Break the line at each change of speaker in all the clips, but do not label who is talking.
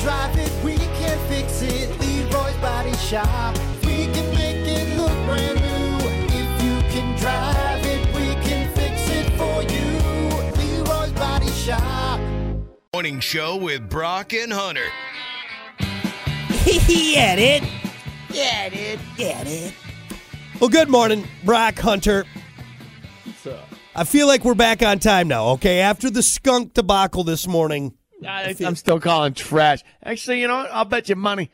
drive it, we can fix it. Leroy's Body Shop. We can make it look brand new. If you can drive it, we can fix it for you. Leroy's Body Shop.
Morning show with Brock and Hunter.
yeah, dude. Yeah, dude. Yeah, dude. Well, good morning, Brock Hunter. I feel like we're back on time now, okay? After the skunk debacle this morning.
I, am still calling trash. Actually, you know what? I'll bet you money.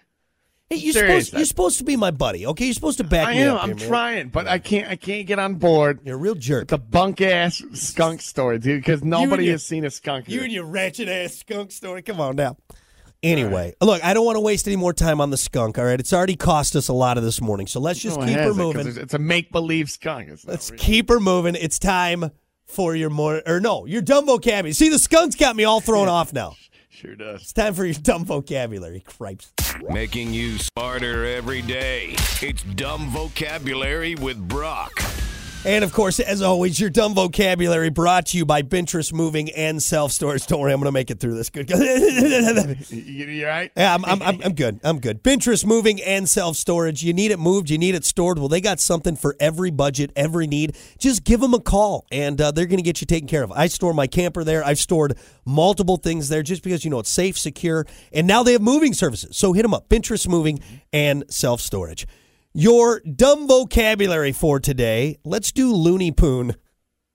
Hey, you're,
Serious,
supposed, you're
I-
supposed to be my buddy, okay? You're supposed to back
I
me
am.
up.
I'm
here, man.
trying, but I can't. I can't get on board
You're a real jerk.
the bunk ass skunk story, dude. Because nobody
your-
has seen a skunk.
You
here.
and your ratchet ass skunk story. Come on now. Anyway, look, I don't want to waste any more time on the skunk, all right? It's already cost us a lot of this morning, so let's just
No, it
keep her
hasn't, 'cause
moving.
It's, it's a make believe skunk. It's not
Let's
real.
keep her moving. It's time for your more or no, your dumb vocabulary. See, the skunk's got me all thrown off now.
Sure does.
It's time for your dumb vocabulary. Cripes.
Making you smarter every day. It's Dumb Vocabulary with Brock.
And of course, as always, your dumb vocabulary brought to you by Bintress Moving and Self Storage. Don't worry, I'm going to make it through this. Good.
You, you, you all right?
Yeah, I'm, I'm, I'm, I'm good. I'm good. Pinterest moving and self storage. You need it moved, you need it stored. Well, they got something for every budget, every need. Just give them a call, and uh, they're going to get you taken care of. I store my camper there. I've stored multiple things there just because you know it's safe, secure, and now they have moving services. So hit them up. Pinterest moving and self storage. Your dumb vocabulary for today. Let's do loony poon.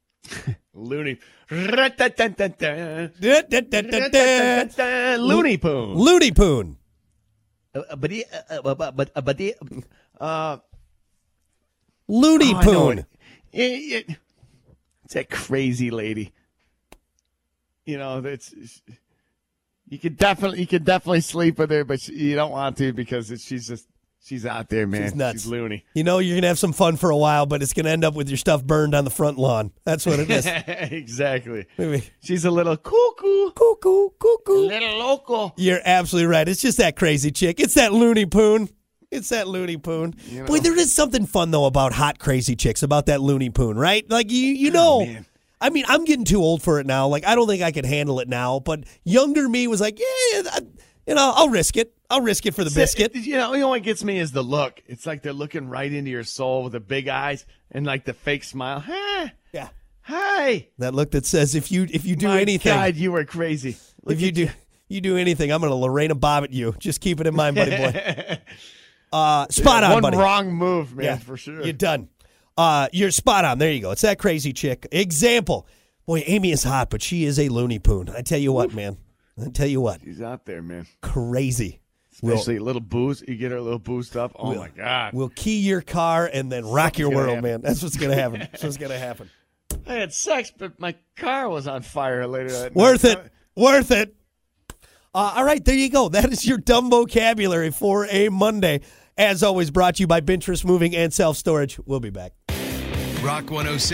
Loony. Loony poon.
Loony poon. uh,
Uh,
Loony
oh, I know
poon.
it. It- it- It's that crazy lady. You know, that's you could definitely you could definitely sleep with her, but you don't want to because it's, she's just she's out there, man.
She's nuts.
loony.
You know you're gonna have some fun for a while, but it's gonna end up with your stuff burned on the front lawn. That's what it is.
exactly.
Maybe.
She's a little cuckoo,
cuckoo, cuckoo.
little loco.
You're absolutely right. It's just that crazy chick. It's that loony poon. It's that loony poon. Boy, there is something fun though about hot crazy chicks, about that loony poon, right? Like you, you know.
Oh, man.
I mean, I'm getting too old for it now. Like I don't think I could handle it now. But younger me was like, yeah, I, you know, I'll risk it. I'll risk it for the biscuit.
You know, you know what gets me is the look. It's like they're looking right into your soul with the big eyes and like the fake smile. Hi,
Yeah.
hi.
That look that says if you if you do
My
anything,
God, you were crazy. Look
if you
at
do you do anything, I'm gonna Lorena Bob at you. Just keep it in mind, buddy boy. Uh, spot on,
one
buddy.
wrong move, man,
Yeah,
for sure.
You're done. Uh, you're spot on. There you go. It's that crazy chick. Example. Boy, Amy is hot, but she is a loony poon. I tell you what, man. I tell you what,
He's out there, man.
crazy. We'll,
Especially a little boost. You get her a little boost up. Oh my God!
we'll key your car and then rock your
gonna
world,
happen.
man. That's what's gonna happen. That's what's gonna happen.
I had sex, but my car was on fire later. That
Worth
night.
it. Worth it. Uh, all right, there you go. That is your dumb vocabulary for a Monday. As always, brought to you by Binterest Moving and Self Storage. We'll be back.
Rock 106.